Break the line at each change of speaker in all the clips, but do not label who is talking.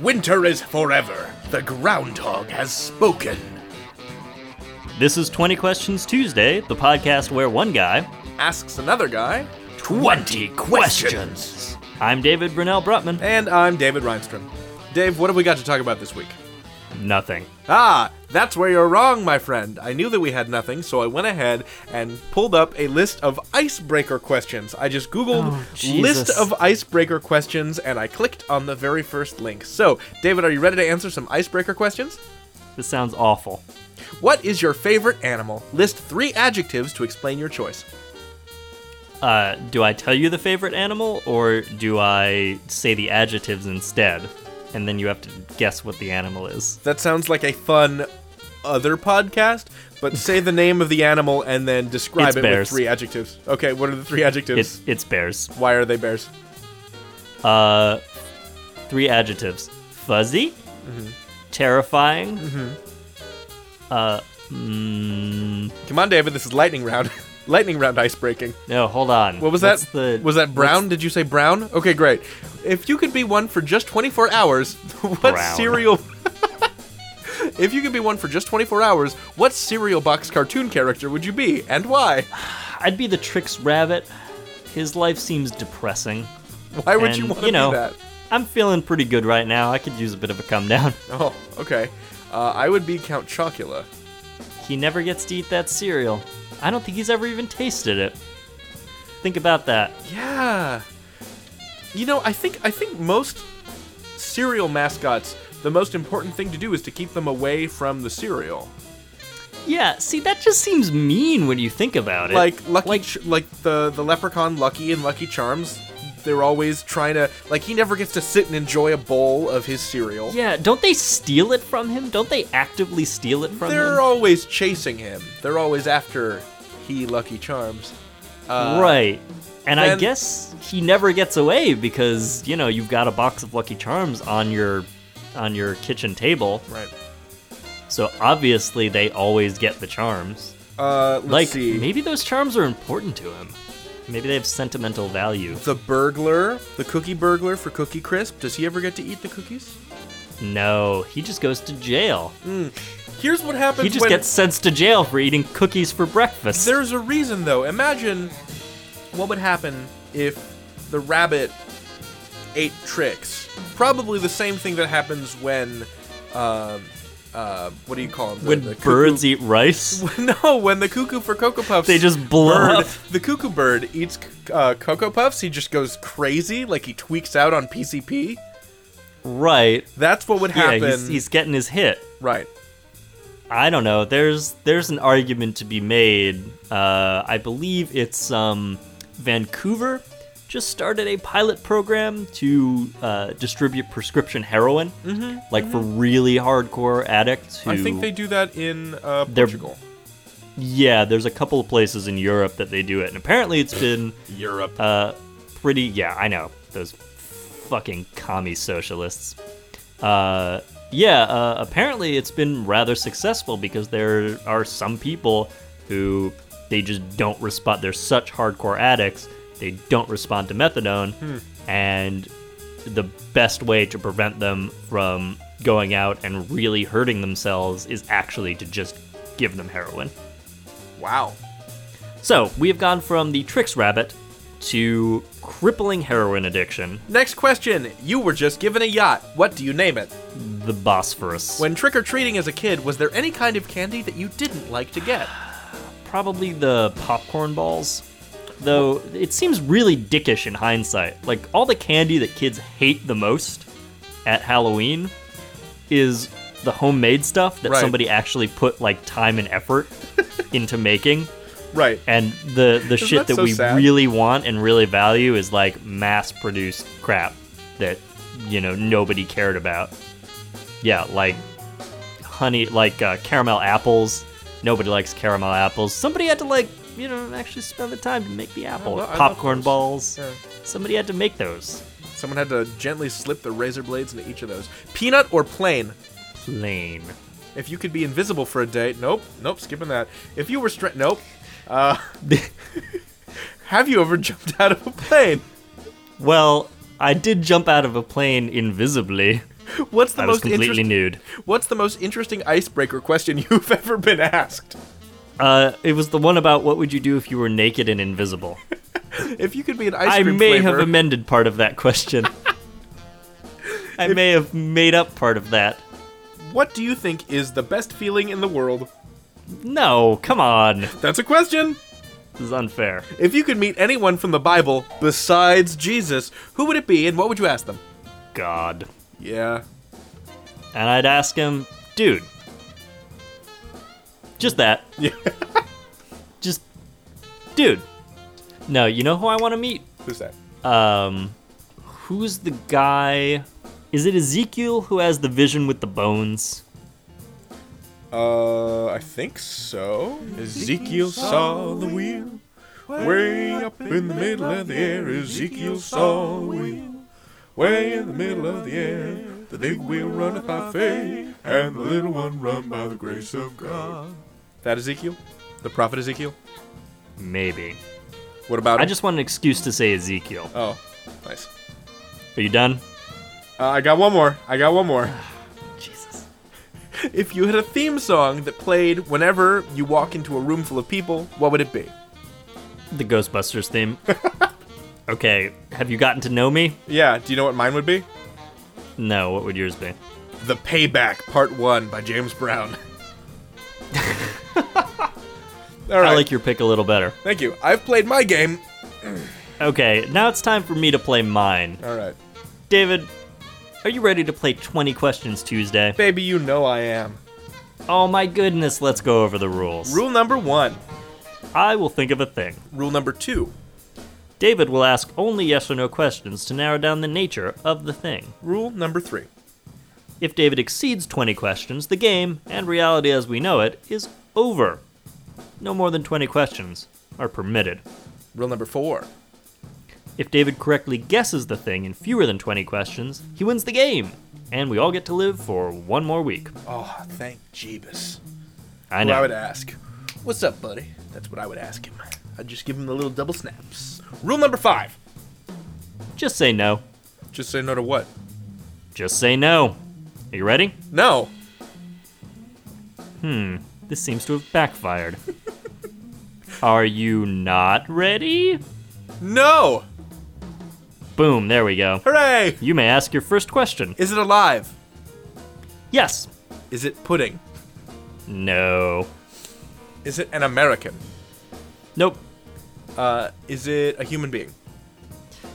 Winter is forever. The groundhog has spoken.
This is 20 Questions Tuesday, the podcast where one guy,
Asks another guy 20 questions.
I'm David Brunel Brutman,
And I'm David Reinstrom. Dave, what have we got to talk about this week?
nothing.
Ah, that's where you're wrong, my friend. I knew that we had nothing, so I went ahead and pulled up a list of icebreaker questions. I just Googled
Oh, Jesus.
list of icebreaker questions and I clicked on the very first link. So, David, are you ready to answer some icebreaker questions?
This sounds awful.
What is your favorite animal? List three adjectives to explain your choice.
Uh, do I tell you the favorite animal, or do I say the adjectives instead? And then you have to guess what the animal is.
That sounds like a fun other podcast, but say the name of the animal and then describe
It's
it
bears.
with three adjectives. Okay, what are the three
It,
adjectives?
it's bears.
Why are they bears?
Uh, three adjectives fuzzy,
Mm-hmm.
terrifying, uh, mm,
Come on, David. This is lightning round. lightning round ice breaking.
no, hold on.
What was
What's
that?
The,
was that brown? Did you say brown? Okay, great. If you could be one for just 24 hours, what
Brown.
cereal? if you could be one for just 24 hours, what cereal box cartoon character would you be, and why?
I'd be the Tricks Rabbit. His life seems depressing.
Why would you
And,
want to
you know,
be that?
I'm feeling pretty good right now. I could use a bit of a come down.
Oh, okay. Uh, I would be Count Chocula.
He never gets to eat that cereal. I don't think he's ever even tasted it. Think about that.
Yeah. You know, I think I think most cereal mascots, the most important thing to do is to keep them away from the cereal.
Yeah, see, that just seems mean when you think about it.
like lucky
like
like, like the the leprechaun lucky and lucky charms they're always trying to like he never gets to sit and enjoy a bowl of his cereal
yeah, don't they steal it from him? Don't they actively steal it from
they're
him?
always chasing him they're always after he lucky charms uh,
right. And I
then-
guess he never gets away because you know you've got a box of Lucky Charms on your on your kitchen table.
right
So obviously they always get the charms.
uh let's
like
see
maybe those charms are important to him. Maybe they have sentimental value.
the burglar the cookie burglar for cookie crisp does he ever get to eat the cookies
No, he just goes to jail.
here's what happens
He just
when
gets sent to jail for eating cookies for breakfast.
There's a reason though. Imagine what would happen if the rabbit ate tricks. Probably the same thing that happens when, um, uh, what do you call them? The-
when
the
birds eat rice,
Cuckoo... No, when the cuckoo for cocoa puffs.
They just blow
bird-
up.
The cuckoo bird eats uh, cocoa puffs. He just goes crazy, like he tweaks out on PCP.
right?
That's what would
Yeah,
happen.
he's, he's getting his hit.
Right.
I don't know. There's there's an argument to be made. Uh, I believe it's um, Vancouver just started a pilot program to uh, distribute prescription heroin, mm-hmm, like for really hardcore addicts. Who
I think they do that in uh,
They're-
Portugal.
yeah, there's a couple of places in Europe that they do it, and apparently it's been
Europe.
uh, pretty. Yeah, I know those fucking commie socialists. Uh, yeah, uh, apparently it's been rather successful because there are some people who they just don't respond. They're such hardcore addicts, they don't respond to methadone, and the best way to prevent them from going out and really hurting themselves is actually to just give them heroin.
wow.
So we have gone from the tricks rabbit to crippling heroin addiction,
Next question. You were just given a yacht. What do you name it?
the Bosphorus.
When trick or treating as a kid, was there any kind of candy that you didn't like to get?
probably the popcorn balls. Though it seems really dickish in hindsight. Like all the candy that kids hate the most at Halloween is the homemade stuff that
Right.
somebody actually put like time and effort into making.
Right.
And the the shit
that
that,
so
we
sad?
really want and really value is like mass produced crap that you know nobody cared about. Yeah, like honey, like uh, caramel apples. Nobody likes caramel apples. Somebody had to like you know actually spend the time to make the apple.
lo- I love
Popcorn
those.
balls.
Yeah.
Somebody had to make those
Someone had to gently slip the razor blades into each of those. Peanut or plain?
plain.
If you could be invisible for a day, nope, nope, skipping that. If you were straight, nope. Uh, have you ever jumped out of a plane?
well, I did jump out of a plane invisibly.
What's the
I was
most
completely
interest-
nude.
What's the most interesting icebreaker question you've ever been asked?
Uh, it was the one about what would you do if you were naked and invisible.
If you could be an ice
I
cream
may
flavor,
have amended part of that question. I may have made up part of that.
what do you think is the best feeling in the world?
No, come on.
That's a question.
This is unfair.
If you could meet anyone from the Bible besides Jesus, who would it be and what would you ask them?
God.
Yeah.
And I'd ask him, dude. Just that.
Yeah.
Just, dude. No, you know who I want to meet?
Who's that?
Um, who's the guy? Is it Ezekiel who has the vision with the bones?
Uh, I think so. Ezekiel saw the wheel. Way up in the middle of the air, Ezekiel saw the wheel. Way in the middle of the air, the big wheel runneth by faith, and the little one run by the grace of God. That Ezekiel? The prophet Ezekiel?
Maybe.
What about
I
him?
just want an excuse to say Ezekiel.
Oh, nice.
Are you done?
Uh, I got one more. I got one more.
Jesus.
If you had a theme song that played whenever you walk into a room full of people, what would it be?
The Ghostbusters theme. okay, have you gotten to know me?
Yeah, do you know what mine would be?
No, what would yours be?
The Payback Part 1 by James Brown. All right.
I like your pick a little better.
Thank you. I've played my game.
Okay, now it's time for me to play mine.
All right.
David, are you ready to play 20 Questions Tuesday?
Baby, you know I am.
Oh my goodness, let's go over the rules.
Rule number 1.
I will think of a thing.
Rule number 2.
David will ask only yes or no questions to narrow down the nature of the thing.
Rule number 3.
If David exceeds 20 questions, the game, and reality as we know it, is over. No more than 20 questions are permitted.
Rule number 4.
If David correctly guesses the thing in fewer than 20 questions, he wins the game, and we all get to live for one more week.
Oh, thank Jeebus.
I
Well, I
know.
would ask, "What's up, buddy?" That's what I would ask him. I'd just give him the little double snaps. Rule number 5.
Just say no.
Just say no to what?
Just say no. Are you ready?
No.
This seems to have backfired. Are you not ready?
No.
Boom, there we go.
Hooray!
You may ask your first question.
Is it alive?
Yes.
Is it pudding?
No.
Is it an American?
Nope.
Uh, is it a human being?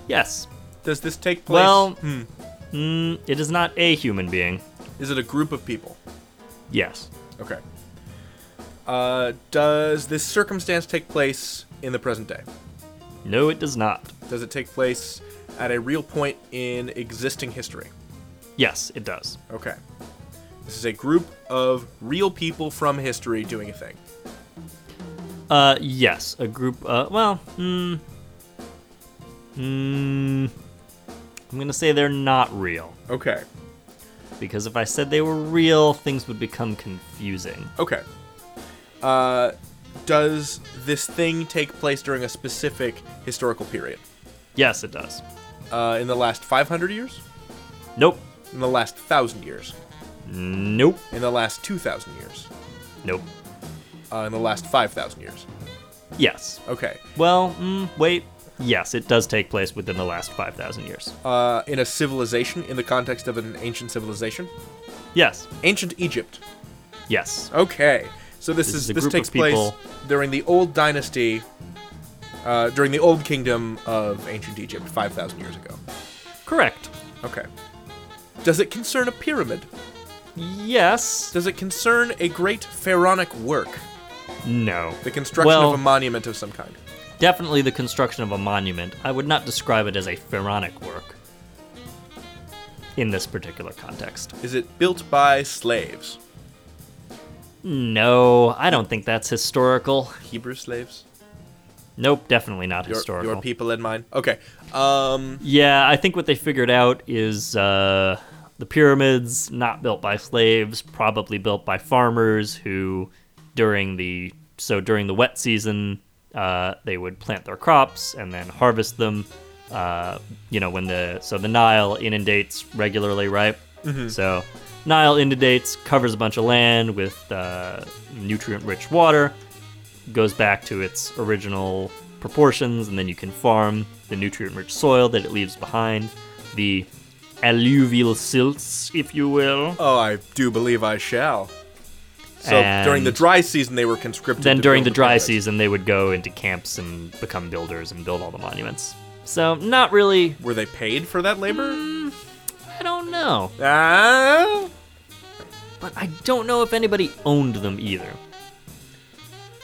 Yes.
Does this take place?
Well-
hmm,
Mm, it is not a human being.
is it a group of people?
Yes.
Okay. Uh, does this circumstance take place in the present day?
No, it does not.
Does it take place at a real point in existing history?
Yes, it does.
Okay. This is a group of real people from history doing a thing.
Uh, yes, a group. Uh, well, hmm. Hmm. I'm gonna say they're not real
Okay.
because if I said they were real, things would become confusing.
Okay. Uh, does this thing take place during a specific historical period?
Yes, it does.
Uh, in the last 500 years?
Nope.
In the last 1,000 years?
Nope.
In the last 2,000 years?
Nope.
Uh, in the last 5,000 years?
Yes.
Okay.
Well, mm, wait. Yes, it does take place within the last 5,000 years.
Uh, in a civilization, in the context of an ancient civilization?
Yes.
Ancient Egypt.
Yes.
Okay. So this,
This
is,
is a
this
group
takes
of
place
people-
during the old dynasty, uh, during the old kingdom of ancient Egypt, 5,000 years ago.
Correct.
Okay. Does it concern a pyramid?
Yes.
Does it concern a great pharaonic work?
No.
The construction
Well-
of a monument of some kind?
Definitely the construction of a monument. I would not describe it as a pharaonic work in this particular context.
Is it built by slaves?
No, I don't think that's historical.
Hebrew slaves?
Nope, definitely not
Your,
historical.
your people and mine? Okay. Um,
Yeah, I think what they figured out is uh, the pyramids not built by slaves, probably built by farmers who, during the so during the wet season, uh, they would plant their crops and then harvest them. Uh, you know when the so the Nile inundates regularly, right? So, Nile inundates, covers a bunch of land with uh, nutrient rich water, goes back to its original proportions, and then you can farm the nutrient rich soil that it leaves behind, the alluvial silts, if you will.
Oh, I do believe I shall. So during the
And-
dry season, they were conscripted.
Then
to
during the
build
dry
pyramids.
season, they would go into camps and become builders and build all the monuments. So, not really,
were they paid for that labor?
I don't know.
Ah,
but I don't know if anybody owned them either.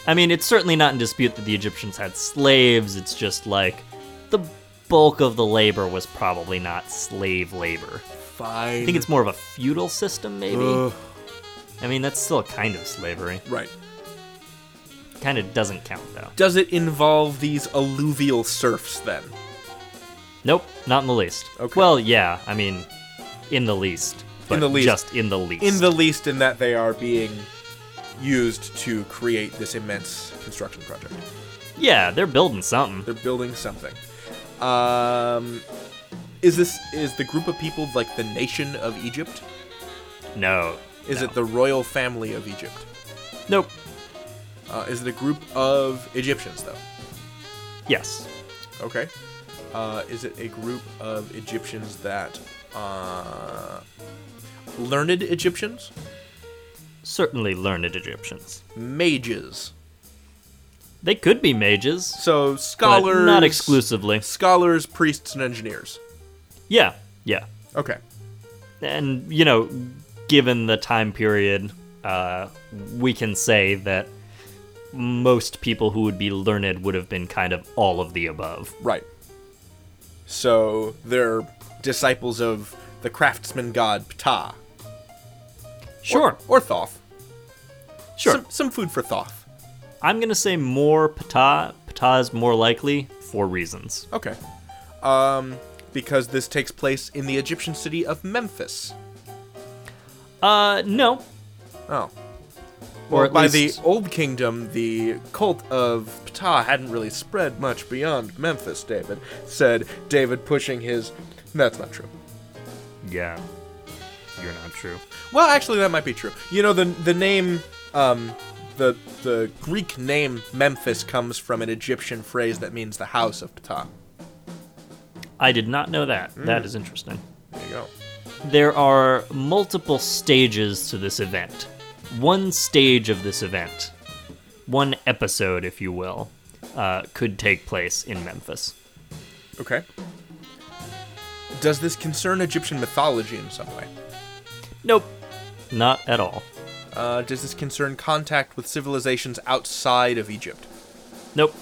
I mean, it's certainly not in dispute that the Egyptians had slaves, it's just like the bulk of the labor was probably not slave labor.
fine.
I think it's more of a feudal system, maybe?
Ugh.
I mean, that's still a kind of slavery.
right.
Kind of doesn't count, though.
Does it involve these alluvial serfs then?
Nope, not in the least.
Okay.
Well, yeah, I mean, in the least. But
the least.
Just in the least.
In the least, in that they are being used to create this immense construction project.
yeah, they're building something.
They're building something. Um, is this is the group of people like the nation of Egypt?
No.
Is
no.
it the royal family of Egypt?
Nope.
Uh, is it a group of Egyptians though?
Yes.
Okay. Uh, is it a group of Egyptians that uh, learned Egyptians,
Certainly learned Egyptians.
mages?
They could be mages,
So
but
scholars,
not exclusively.
Scholars, priests, and engineers.
Yeah, yeah.
Okay.
And, you know, given the time period, uh, we can say that most people who would be learned would have been kind of all of the above.
Right. So they're disciples of the craftsman god Ptah.
Sure,
Or, or Thoth.
sure.
Some, some food for Thoth.
I'm going to say more Ptah. Ptah is more likely for reasons.
Okay. Um, because this takes place in the Egyptian city of Memphis.
Uh, no.
Oh.
Or
Well,
at
by
least-
the Old Kingdom, the cult of Ptah hadn't really spread much beyond Memphis, David, said David, pushing his. That's not true.
Yeah. You're not true.
Well, actually, that might be true. You know, the, the name. Um, the, the Greek name Memphis comes from an Egyptian phrase that means the house of Ptah.
I did not know that.
Hmm.
That is interesting.
There you go.
There are multiple stages to this event. One stage of this event, one episode, if you will, uh, could take place in Memphis.
Okay. Does this concern Egyptian mythology in some way?
Nope, not at all.
Uh, does this concern contact with civilizations outside of Egypt?
Nope,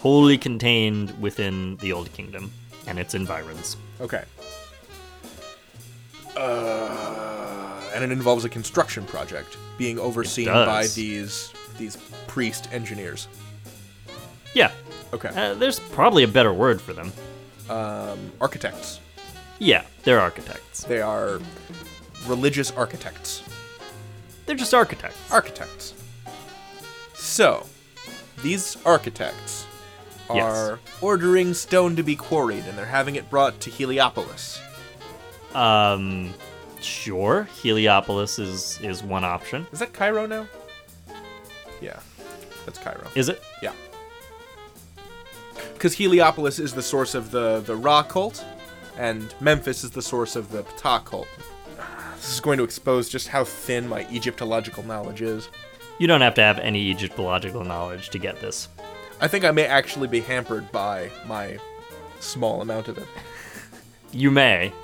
wholly contained within the Old Kingdom and its environs.
Okay. Uh, and it involves a construction project being overseen
does.
by these these priest engineers.
Yeah,
Okay.
uh, there's probably a better word for them.
Architects.
Yeah, they're architects.
They are religious architects.
They're just architects.
Architects. So, these architects
Yes.
are ordering stone to be quarried and they're having it brought to Heliopolis.
Um, sure, Heliopolis is is one option.
Is that Cairo now? Yeah. That's Cairo.
Is it?
Yeah. Because Heliopolis is the source of the, the Ra cult, and Memphis is the source of the Ptah cult. This is going to expose just how thin my Egyptological knowledge is.
You don't have to have any Egyptological knowledge to get this.
I think I may actually be hampered by my small amount of it.
You may.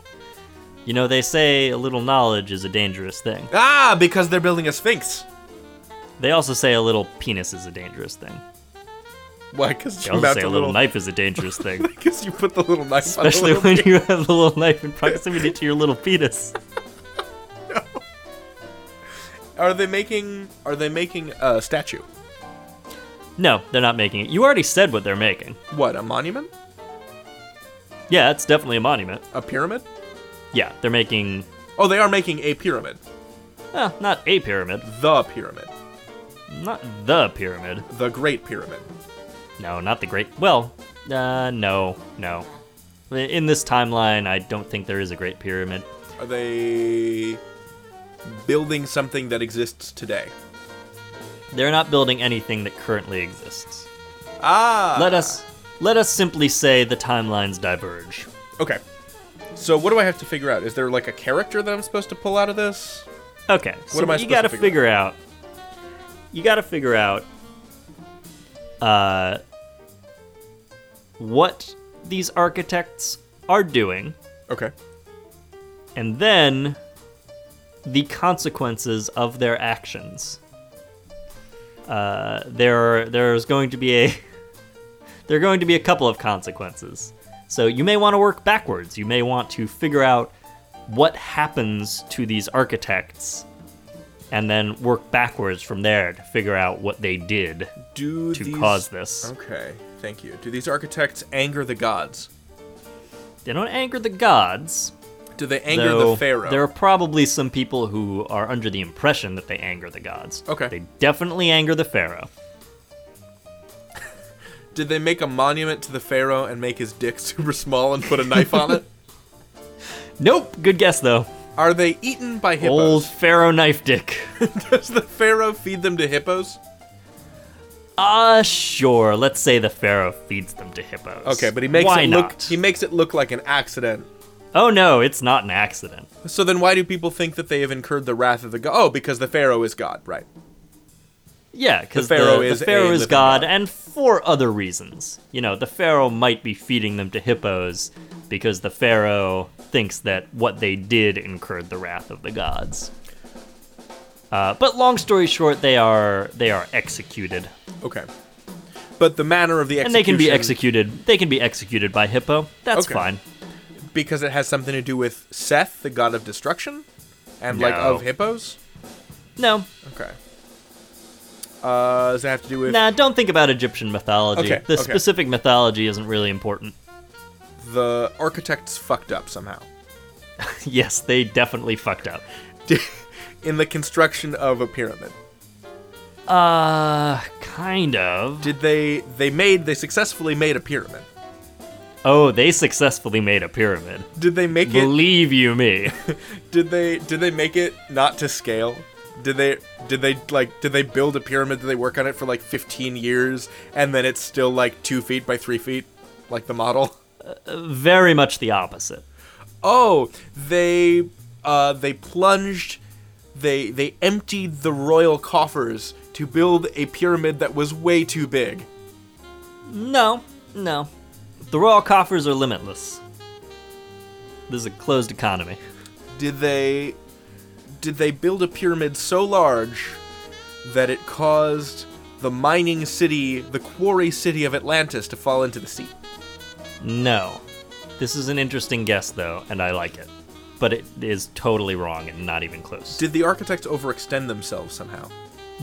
You know, they say a little knowledge is a dangerous thing.
Ah, because they're building a sphinx.
They also say a little penis is a dangerous thing.
Why? Because
They
you
also
mount
say
a
a little knife is a dangerous thing.
Because you put the little knife.
Especially
on the little
when you have the little knife in proximity to your little penis.
Are they making? Are they making a statue?
No, they're not making it. You already said what they're making.
What? A monument?
Yeah, it's definitely a monument.
A pyramid?
Yeah, they're making.
Oh, they are making a pyramid.
eh, not a pyramid.
The pyramid.
Not the pyramid.
The Great Pyramid.
No, not the great. Well, uh, no, no. In this timeline, I don't think there is a Great Pyramid.
Are they building something that exists today?
They're not building anything that currently exists.
Ah.
Let us let us simply say the timelines diverge.
Okay. So what do I have to figure out? Is there like a character that I'm supposed to pull out of this?
Okay, so
am I
you
supposed
got
to
to figure,
figure
out? You got to figure out uh, what these architects are doing,
Okay.
and then the consequences of their actions. Uh, there, there's going to be a there are going to be a couple of consequences. So you may want to work backwards. You may want to figure out what happens to these architects, and then work backwards from there to figure out what they did
Do
to
these...
cause this.
Okay. Thank you. Do these architects anger the gods?
They don't anger the gods.
Do they anger
though
the pharaoh?
There are probably some people who are under the impression that they anger the gods.
Okay.
They definitely anger the pharaoh.
Did they make a monument to the pharaoh and make his dick super small and put a knife on it?
Nope. Good guess though.
Are they eaten by hippos?
Old pharaoh knife dick.
Does the pharaoh feed them to hippos?
Ah, sure. Let's say the pharaoh feeds them to hippos.
Okay, but he makes
Why
it
not?
look he makes it look like an accident.
Oh no, it's not an accident.
So then why do people think that they have incurred the wrath of the god? Oh, because the pharaoh is god, right?
Yeah, because the,
pharaoh
the
is a
pharaoh is
living
god,
god.
and for other reasons. You know, the pharaoh might be feeding them to hippos because the pharaoh thinks that what they did incurred the wrath of the gods. Uh, but long story short, they are they are executed,
Okay. But the manner of the execution
and they can be executed. They can be executed by hippo. That's
Okay.
fine.
because it has something to do with Seth, the god of destruction, and like
No.
of hippos.
No,
Okay. Uh, does it have to do with
nah, don't think about Egyptian mythology.
Okay,
the
okay.
specific mythology isn't really important.
the architects fucked up somehow
yes, they definitely fucked up.
in the construction of a pyramid?
Uh, kind of.
Did they they made they successfully made a pyramid?
Oh, they successfully made a pyramid.
Did they make it
Believe you me.
Did they did they make it not to scale? Did they did they like did they build a pyramid? Did they work on it for like 15 years and then it's still like two feet by three feet, like the model?
Very much the opposite.
Oh, they uh, they plunged, they they emptied the royal coffers to build a pyramid that was way too big.
No, no. The royal coffers are limitless. This is a closed economy.
Did they did they build a pyramid so large that it caused the mining city, the quarry city of Atlantis, to fall into the sea?
No. This is an interesting guess, though, and I like it. But it is totally wrong and not even close.
Did the architects overextend themselves somehow?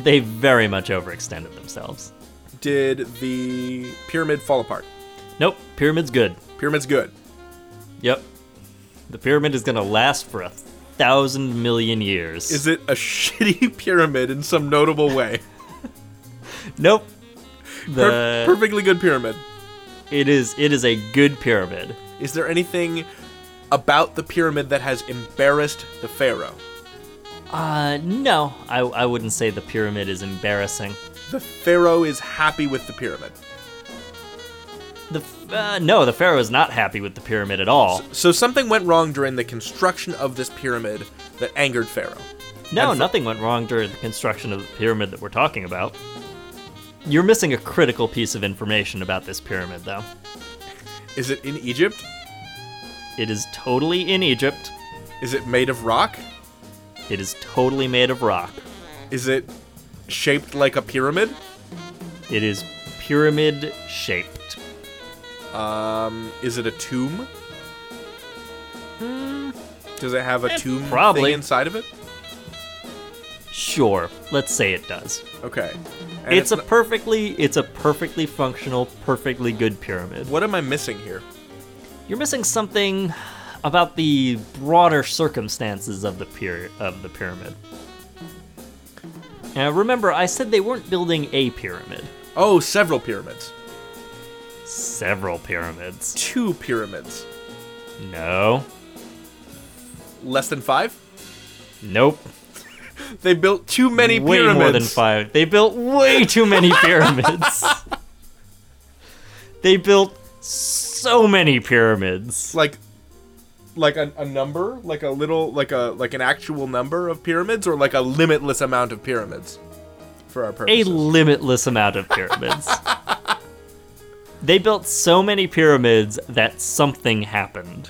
They very much overextended themselves.
Did the pyramid fall apart?
Nope, pyramid's good.
Pyramid's good.
Yep. The pyramid is gonna last for a thousand million years.
Is it a shitty pyramid in some notable way?
Nope.
Per-
The...
perfectly good pyramid.
It is it is a good pyramid.
Is there anything about the pyramid that has embarrassed the pharaoh?
Uh no, I, I wouldn't say the pyramid is embarrassing.
The pharaoh is happy with the pyramid.
The f- uh, no, the pharaoh is not happy with the pyramid at all.
So something went wrong during the construction of this pyramid that angered pharaoh.
No,
and-
nothing went wrong during the construction of the pyramid that we're talking about. You're missing a critical piece of information about this pyramid though.
Is it in Egypt?
It is totally in Egypt.
Is it made of rock?
It is totally made of rock.
Is it shaped like a pyramid?
It is pyramid shaped.
Um, is it a tomb? Does it have a
Eh,
tomb
probably.
thing inside of it?
Sure, let's say it does.
Okay. And
It's a
not-
perfectly it's a perfectly functional, perfectly good pyramid.
what am I missing here?
You're missing something about the broader circumstances of the pyra- of the pyramid. Now remember, I said they weren't building a pyramid,
Oh, several pyramids.
several pyramids.
Two pyramids.
No.
Less than five?
Nope.
They built too many
way
pyramids.
more than five. They built way too many pyramids. they built so many pyramids.
Like, like a, a number, like a little, like a like an actual number of pyramids, or like a limitless amount of pyramids, for our
A
purposes.
limitless amount of pyramids. they built so many pyramids that something happened.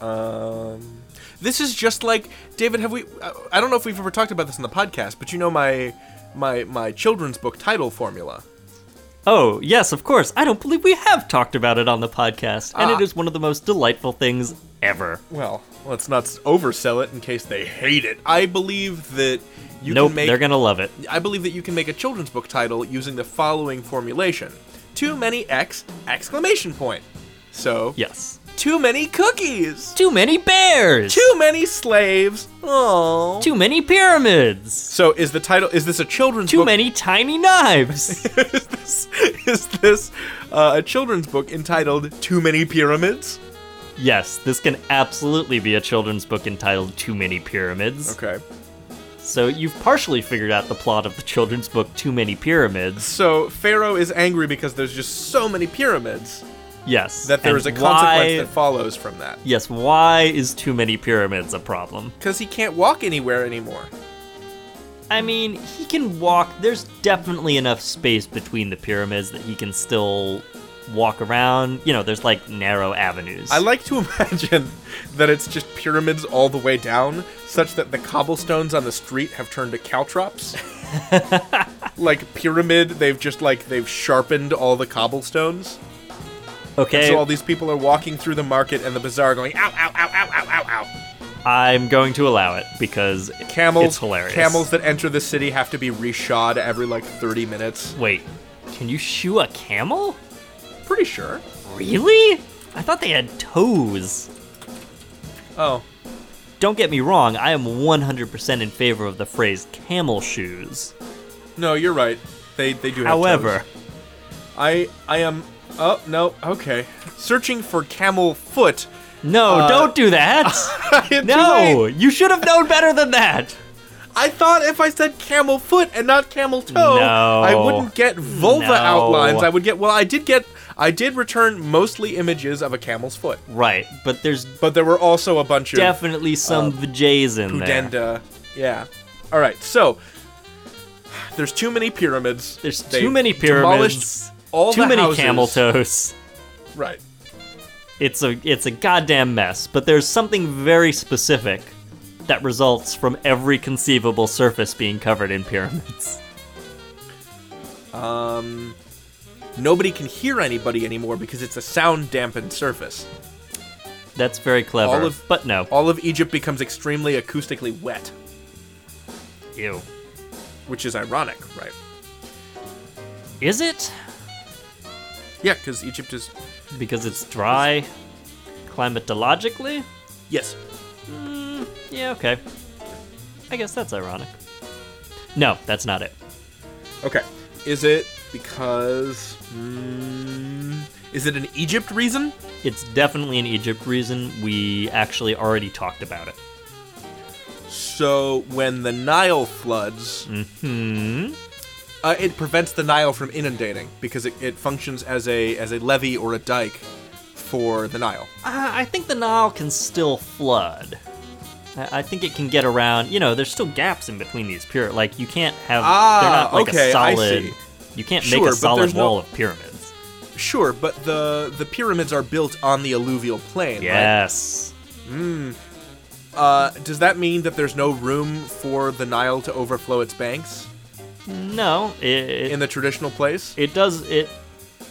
Um, this is just like David. Have we? I- I don't know if we've ever talked about this in the podcast, but you know my my my children's book title formula.
Oh, yes, of course. I don't believe we have talked about it on the podcast, and
Ah.
it is one of the most delightful things ever.
Well, let's not s- oversell it in case they hate it. I believe that you
nope,
can make.
they're gonna love it.
I believe that you can make a children's book title using the following formulation: too many X exclamation point. So
Yes.
too many cookies.
Too many bears!
Too many slaves. Oh.
Too many pyramids!
So is the title? Is this a children's
Too
book?
many tiny knives!
is this is this uh, a children's book entitled "Too Many Pyramids"?
yes, this can absolutely be a children's book entitled Too Many Pyramids.
Okay.
So you've partially figured out the plot of the children's book Too Many Pyramids.
So Pharaoh is angry because there's just so many pyramids
Yes.
that there
and
is a
why-
consequence that follows from that.
Yes, why is too many pyramids a problem?
Because he can't walk anywhere anymore.
I mean, he can walk. There's definitely enough space between the pyramids that he can still walk around. You know, there's like narrow avenues.
I like to imagine that it's just pyramids all the way down, such that the cobblestones on the street have turned to caltrops. like pyramid, they've just like they've sharpened all the cobblestones.
okay,
So all these people are walking through the market and the bazaar going, ow, ow, ow, ow, ow, ow, ow.
I'm going to allow it because
Camels,
it's hilarious.
camels that enter the city have to be reshod every like 30 minutes.
Wait, can you shoe a camel?
Pretty sure.
Really? I thought they had toes.
Oh.
Don't get me wrong, I am 100% in favor of the phrase camel shoes.
No, you're right. They, they do have
However,
toes. I, I am. Oh, no. Okay. Searching for camel foot.
no,
Uh,
don't do that.
Too
no,
late.
you should have known better than that.
I thought if I said camel foot and not camel toe,
No.
I wouldn't get vulva
No.
outlines. I would get. Well, I did get. I did return mostly images of a camel's foot.
Right, but there's
But there were also a bunch of
definitely some vajays in there.
Udenda. Yeah. All right. So there's too many pyramids.
There's
They
too many
demolished
pyramids.
All
too
the
many
houses.
camel toes.
Right.
It's a it's a goddamn mess. But there's something very specific that results from every conceivable surface being covered in pyramids.
Nobody can hear anybody anymore because it's a sound dampened surface.
That's very clever.
All of-
but no.
All of Egypt becomes extremely acoustically wet,
Ew.
which is ironic, right?
Is it?
Yeah, because Egypt is.
Because it's dry climatologically?
Yes.
Yeah, okay. I guess that's ironic. No, that's not it.
Okay. Is it because. Mm, is it an Egypt reason?
It's definitely an Egypt reason. We actually already talked about it.
So when the Nile floods, uh, it prevents the Nile from inundating because it, it functions as a as a levee or a dike for the Nile.
Uh, I think the Nile can still flood. I, I think it can get around. You know, there's still gaps in between these pyramids. Like you can't have. they're
Ah,
not like
okay,
a
I
solid.
see.
You can't
Sure,
make
but
a solid
there's no-
wall of pyramids.
Sure, but the the pyramids are built on the alluvial plain. Right?
Yes.
Uh, does that mean that there's no room for the Nile to overflow its banks
No. It. It,
in the traditional place?
it does. It.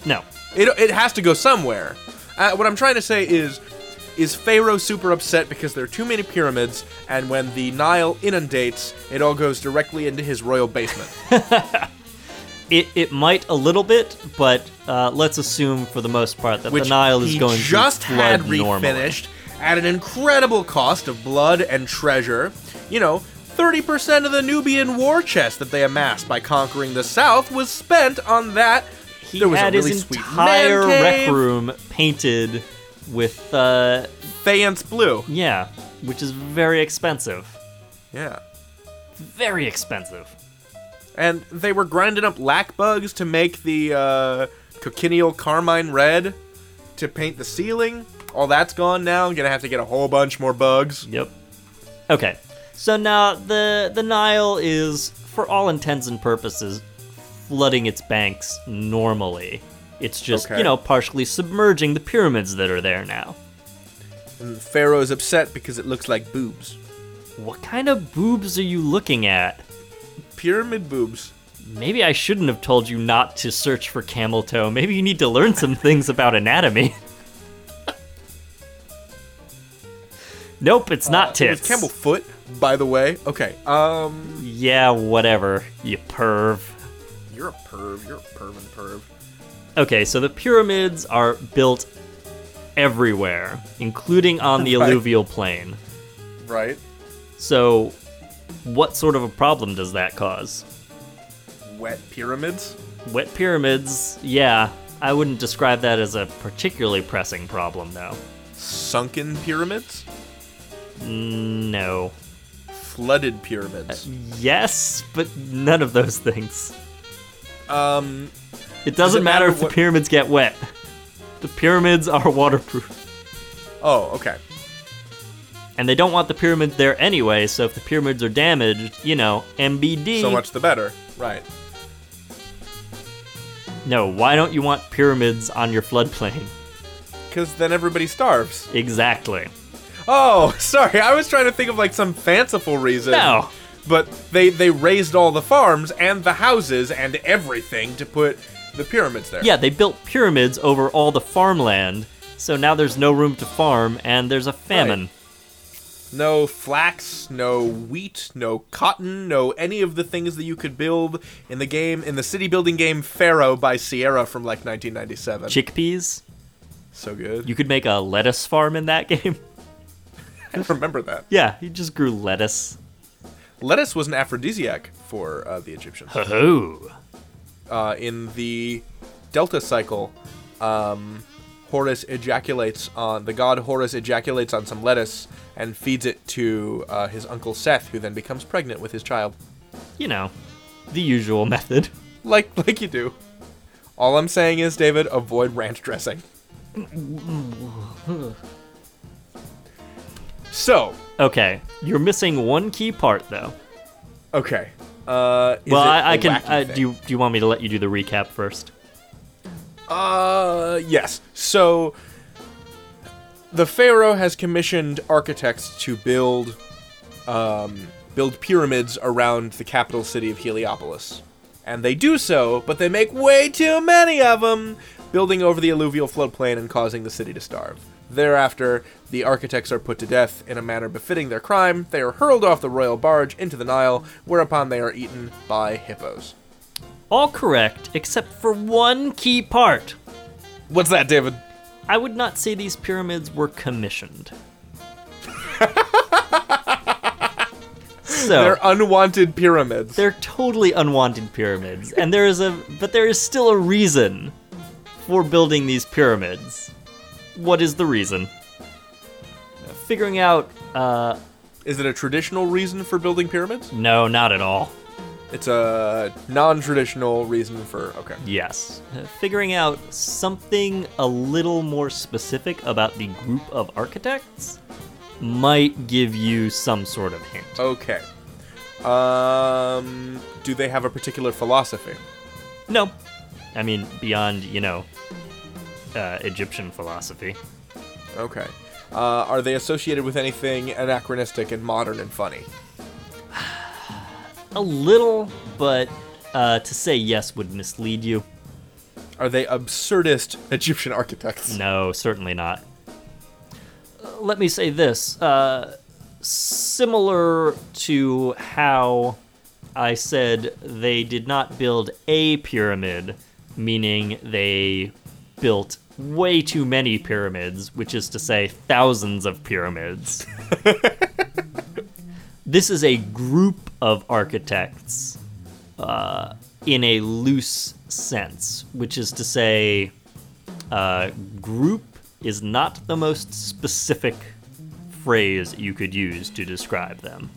No.
It, it has to go somewhere. Uh, what I'm trying to say is, is Pharaoh super upset because there are too many pyramids, and when the Nile inundates, it all goes directly into his royal basement.
It, it might a little bit, but uh, let's assume for the most part that
which
the Nile is
he
going
just
to
had
flood normally.
refinished at an incredible cost of blood and treasure. You know, 30% of the Nubian war chest that they amassed by conquering the south was spent on that.
He
there was
had
a really
his
sweet
entire
man
rec
cave.
room painted with uh,
Faience blue.
yeah, which is very expensive,
Yeah.
very expensive.
And they were grinding up lac bugs to make the uh, cochineal carmine red to paint the ceiling. All that's gone now. I'm gonna have to get a whole bunch more bugs.
Yep. Okay. So now the the Nile is, for all intents and purposes, flooding its banks normally. It's just
Okay.
you know partially submerging the pyramids that are there now.
And Pharaoh's upset because it looks like boobs.
What kind of boobs are you looking at?
Pyramid boobs.
Maybe I shouldn't have told you not to search for camel toe. Maybe you need to learn some things about anatomy. nope, it's not
Uh, It was
tits.
Campbell Foot, by the way. Okay. Um,
Yeah, whatever. You perv.
you're a perv. You're a perv and perv.
Okay, so the pyramids are built everywhere, including on the
Right.
alluvial plain.
Right.
So, what sort of a problem does that cause?
Wet pyramids.
Wet pyramids, yeah, I wouldn't describe that as a particularly pressing problem, though.
Sunken pyramids.
No.
Flooded pyramids.
Yes, but none of those things.
Um,
It doesn't
it
matter,
matter
if the
what-
pyramids get wet. The pyramids are waterproof.
Oh, okay.
And they don't want the pyramids there anyway, so if the pyramids are damaged, you know, MBD.
So much the better. Right.
No, why don't you want pyramids on your floodplain?
Because then everybody starves.
Exactly.
Oh, sorry. I was trying to think of like some fanciful reason.
No.
But they they raised all the farms and the houses and everything to put the pyramids there.
Yeah, they built pyramids over all the farmland, so now there's no room to farm and there's a famine.
No flax, no wheat, no cotton, no any of the things that you could build in the game in the city building game Pharaoh by Sierra from like 1997.
Chickpeas?
so good.
You could make a lettuce farm in that game.
I remember that.
yeah, you just grew lettuce.
Lettuce was an aphrodisiac for uh, the Egyptians.
Oh.
uh, in the Delta cycle, um, Horus ejaculates on the god Horus ejaculates on some lettuce and feeds it to uh, his uncle Seth, who then becomes pregnant with his child,
You know, the usual method.
like like you do. All I'm saying is, David, avoid ranch dressing. So,
Okay, you're missing one key part though.
okay. Uh, is
well,
it
I, I
a
can.
wacky
I,
thing?
do you do you want me to let you do the recap first?
Uh, yes. So the pharaoh has commissioned architects to build um, build pyramids around the capital city of Heliopolis. And they do so, but they make way too many of them, building over the alluvial floodplain and causing the city to starve. Thereafter, the architects are put to death in a manner befitting their crime. They are hurled off the royal barge into the Nile, whereupon they are eaten by hippos.
All correct, except for one key part.
What's that, David?
I would not say these pyramids were commissioned. so
They're
they're,
unwanted pyramids.
totally unwanted pyramids, and there is a but there is still a reason for building these pyramids. What is the reason? Figuring out? Uh,
Is it a traditional reason for building pyramids?
no, not at all.
It's a non-traditional reason for okay.
Yes. Uh, Figuring out something a little more specific about the group of architects might give you some sort of hint.
Okay. Um do they have a particular philosophy?
No. I mean, beyond, you know, uh, Egyptian philosophy.
Okay. Uh, are they associated with anything anachronistic and modern and funny?
A little, but uh, to say yes would mislead you.
Are they absurdist Egyptian architects?
No, certainly not. Uh, Let me say this. Uh, similar to how I said they did not build a pyramid, meaning they built way too many pyramids, which is to say, thousands of pyramids. this is a group of architects uh, in a loose sense, which is to say, uh, group is not the most specific phrase you could use to describe them.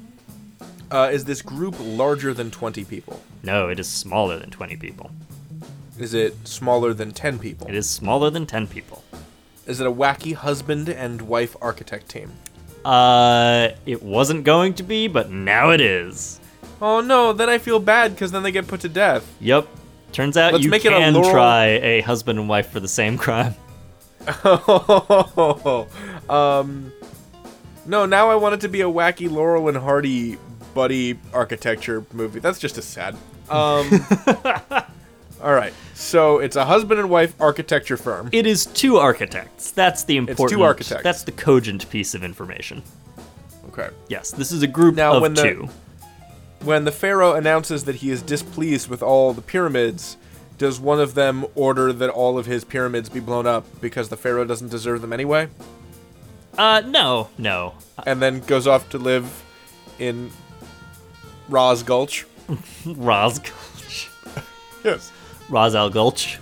Uh, is this group larger than 20 people?
No, it is smaller than 20 people.
Is it smaller than 10 people?
It is smaller than 10 people.
Is it a wacky husband and wife architect team?
Uh, it wasn't going to be, but now it is.
Oh no, then I feel bad because then they get put to death.
Yep. Turns out
Let's
you
make it a
can
Laurel-
try a husband and wife for the same crime.
um, no, now I want it to be a wacky Laurel and Hardy buddy architecture movie. That's just a sad. Um, all right, so it's a husband and wife architecture firm.
It is two architects. That's the important.
architects.
That's the cogent piece of information.
Okay.
Yes, this is a group
Now,
of
when the-
two.
When the pharaoh announces that he is displeased with all the pyramids, does one of them order that all of his pyramids be blown up because the pharaoh doesn't deserve them anyway?
Uh, no, no.
and then goes off to live in Roz Gulch.
Raz Gulch.
Yes.
Raz Al Gulch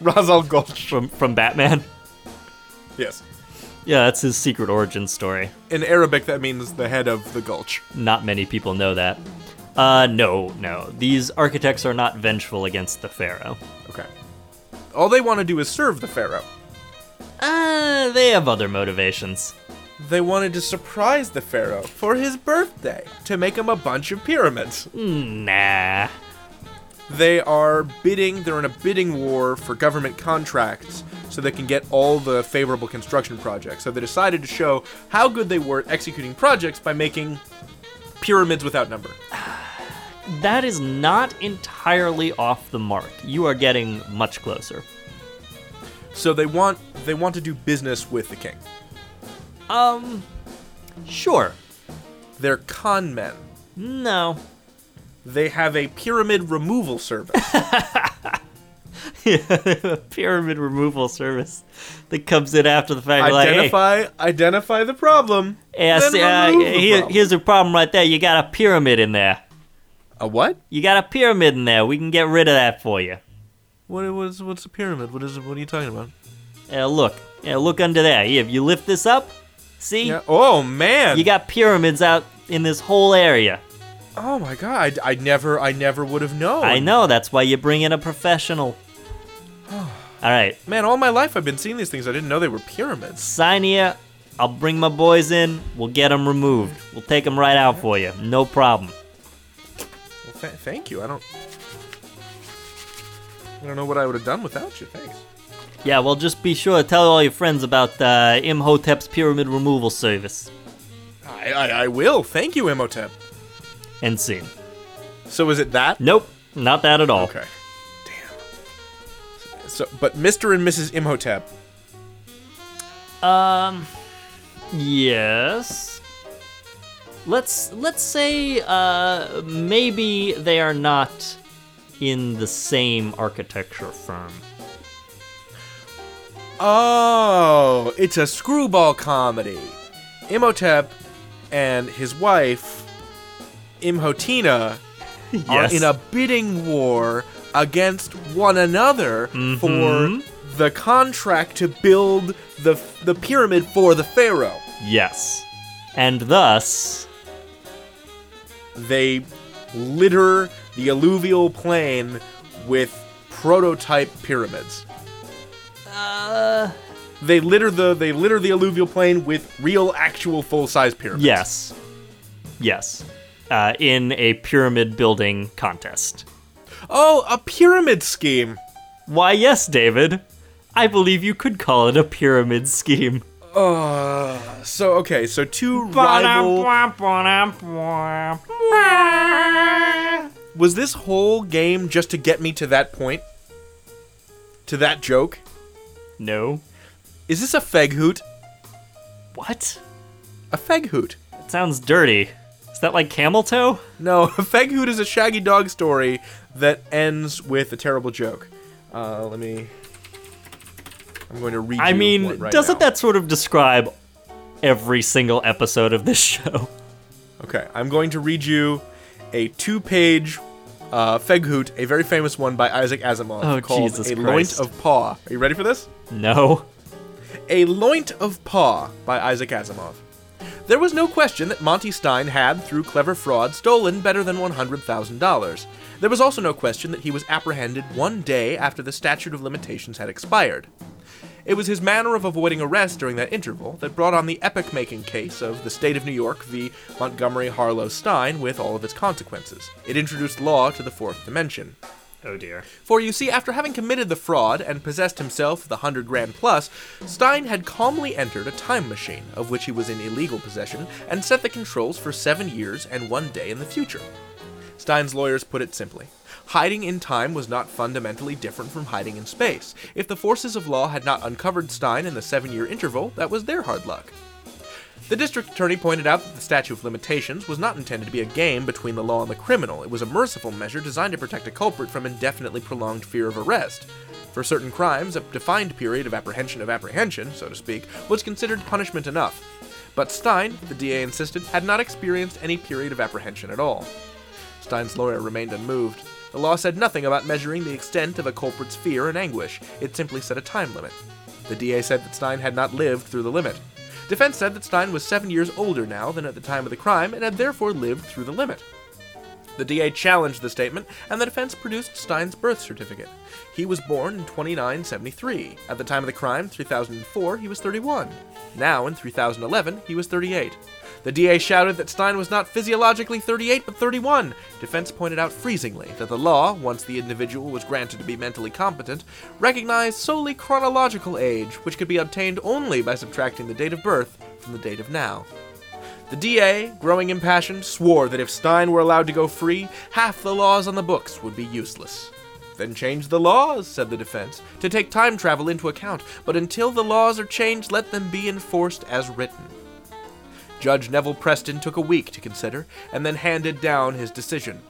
Razal Gulch.
from from Batman.
Yes.
Yeah, that's his secret origin story.
In Arabic, that means the head of the gulch.
Not many people know that. Uh, no, no. These architects are not vengeful against the pharaoh.
Okay. All they want to do is serve the pharaoh.
Uh, they have other motivations.
They wanted to surprise the pharaoh for his birthday to make him a bunch of pyramids.
Nah.
They are bidding, they're in a bidding war for government contracts so they can get all the favorable construction projects. So they decided to show how good they were at executing projects by making pyramids without number.
That is not entirely off the mark. You are getting much closer.
So they want they want to do business with the king.
Um, sure.
They're con men.
No.
They have a pyramid removal service.
Pyramid removal service that comes in after the fact. like, hey,
identify identify the problem.
Yeah,
then
see, uh,
remove the
here-
problem.
here's the problem right there. You got a pyramid in there.
a what?
You got a pyramid in there. We can get rid of that for you.
What was what's a pyramid? What is what are you talking about?
Uh, look, uh, look under there. Here, if you lift this up, see,
Yeah. Oh man.
you got pyramids out in this whole area.
oh my god. I, I never I never would have known.
I know. That's why you bring in a professional. All right,
Man, all my life I've been seeing these things. I didn't know they were pyramids.
sign here. I'll bring my boys in. We'll get them removed. We'll take them right out for you. No problem.
Well, th- thank you. I don't. I don't know what I would have done without you. Thanks.
Yeah, well, just be sure to tell all your friends about uh, Imhotep's pyramid removal service.
I, I, I will. Thank you, Imhotep.
And scene.
So is it that?
Nope, not that at all.
Okay. Damn. So, but Mr. and Mrs. Imhotep,
Um, yes. Let's let's say uh, maybe they are not in the same architecture firm.
Oh, it's a screwball comedy. Imhotep and his wife, Imhotina,
Yes.
are in a bidding war against one another
Mhm.
for the contract to build the, the pyramid for the pharaoh.
Yes. And thus,
They litter the alluvial plain with prototype pyramids.
uh,
They litter the they litter the alluvial plain with real actual full-size pyramids.
yes, yes, uh, in a pyramid building contest.
Oh, a pyramid scheme.
Why, yes, David. I believe you could call it a pyramid scheme.
Uh, so okay, so two rival. Was this whole game just to get me to that point? To that joke?
No.
Is this a feg hoot?
What?
A feg hoot?
That sounds dirty. Is that like camel toe?
No, a feg hoot is a shaggy dog story that ends with a terrible joke. Uh, let me. I'm going to read.
I
you
mean,
one right
doesn't
now.
that sort of describe every single episode of this show?
Okay, I'm going to read you a two-page uh, feg hoot, a very famous one by Isaac Asimov
Oh,
called
Jesus
"A
Christ.
Loint of Paw." Are you ready for this?
No.
A Loint of Paw by Isaac Asimov. There was no question that Monty Stein had, through clever fraud, stolen better than $100,000. There was also no question that he was apprehended one day after the statute of limitations had expired. It was his manner of avoiding arrest during that interval that brought on the epoch making case of the State of New York v. Montgomery Harlow Stein with all of its consequences. It introduced law to the fourth dimension.
Oh dear.
For you see, after having committed the fraud and possessed himself of the hundred grand plus, Stein had calmly entered a time machine, of which he was in illegal possession, and set the controls for seven years and one day in the future. Stein's lawyers put it simply hiding in time was not fundamentally different from hiding in space. If the forces of law had not uncovered Stein in the seven year interval, that was their hard luck. The district attorney pointed out that the statute of limitations was not intended to be a game between the law and the criminal. It was a merciful measure designed to protect a culprit from indefinitely prolonged fear of arrest. For certain crimes, a defined period of apprehension of apprehension, so to speak, was considered punishment enough. But Stein, the DA insisted, had not experienced any period of apprehension at all. Stein's lawyer remained unmoved. The law said nothing about measuring the extent of a culprit's fear and anguish, it simply set a time limit. The DA said that Stein had not lived through the limit. Defense said that Stein was seven years older now than at the time of the crime and had therefore lived through the limit. The DA challenged the statement, and the defense produced Stein's birth certificate. He was born in 2973. At the time of the crime, 3004, he was 31. Now, in 3011, he was 38. The DA shouted that Stein was not physiologically 38 but 31. Defense pointed out freezingly that the law, once the individual was granted to be mentally competent, recognized solely chronological age, which could be obtained only by subtracting the date of birth from the date of now. The DA, growing impassioned, swore that if Stein were allowed to go free, half the laws on the books would be useless. Then change the laws, said the defense, to take time travel into account, but until the laws are changed, let them be enforced as written. Judge Neville Preston took a week to consider and then handed down his decision.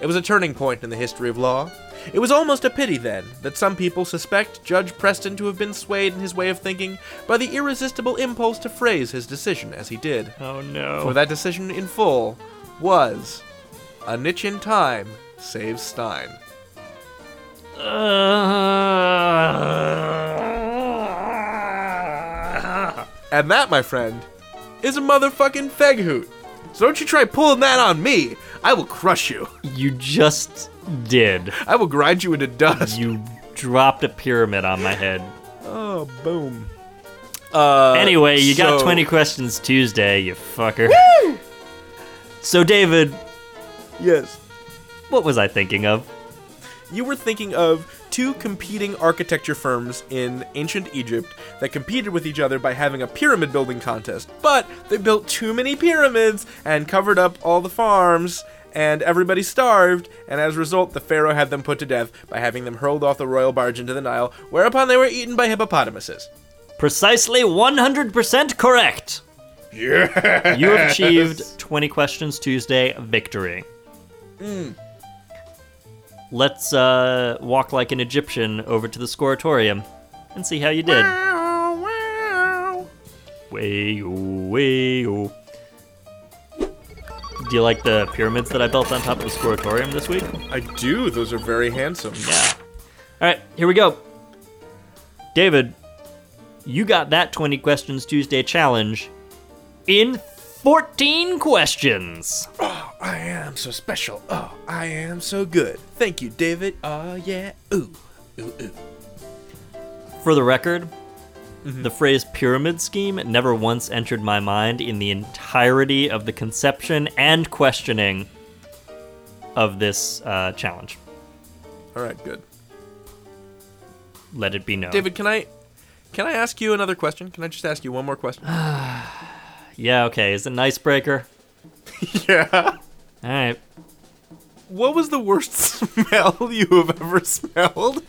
It was a turning point in the history of law. It was almost a pity, then, that some people suspect Judge Preston to have been swayed in his way of thinking by the irresistible impulse to phrase his decision as he did.
Oh no.
For that decision in full was A Niche in Time Saves Stein.
Uh,
And that, my friend, is a motherfucking feg hoot. So don't you try pulling that on me. I will crush you.
you just did.
I will grind you into dust.
You dropped a pyramid on my head.
Oh, boom. Uh,
Anyway, you got
so-
20 questions Tuesday, you fucker. So, David,
Yes.
what was I thinking of?
You were thinking of two competing architecture firms in ancient Egypt that competed with each other by having a pyramid building contest, but they built too many pyramids and covered up all the farms. And everybody starved, and as a result, the pharaoh had them put to death by having them hurled off the royal barge into the Nile, whereupon they were eaten by hippopotamuses.
Precisely 100% correct. Yeah. You have achieved 20 questions Tuesday victory. Let's uh, walk like an Egyptian over to the Scoratorium and see how you did.
Wow, wow.
Way-o, way-o. Do you like the pyramids that I built on top of the Scoratorium this week?
I do, those are very handsome.
Yeah. All right, here we go. David, you got that 20 questions Tuesday challenge in 14 questions.
Oh, I am so special. Oh, I am so good. Thank you, David. Oh, yeah. Ooh. Ooh, ooh.
For the record, the phrase pyramid scheme never once entered my mind in the entirety of the conception and questioning of this uh, challenge.
All right, good.
Let it be known.
David, can I can I ask you another question? Can I just ask you one more question?
Yeah, okay. Is it an icebreaker?
yeah.
All right.
What was the worst smell you have ever smelled?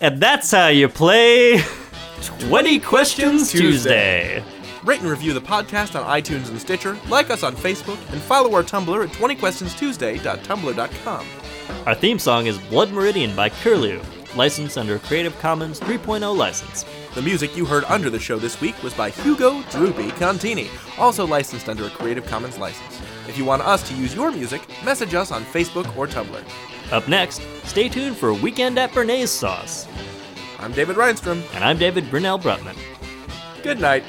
And that's how you play 20 Questions Tuesday.
Rate and review the podcast on iTunes and Stitcher, like us on Facebook, and follow our Tumblr at 20questionstuesday.tumblr.com.
Our theme song is Blood Meridian by Curlew, licensed under a Creative Commons 3.0 license.
The music you heard under the show this week was by Hugo Droopy Contini, also licensed under a Creative Commons license. If you want us to use your music, message us on Facebook or Tumblr.
Up next, stay tuned for Weekend at Bernays Sauce.
I'm David Reinstrom.
And I'm David Brunel Brutman.
Good night.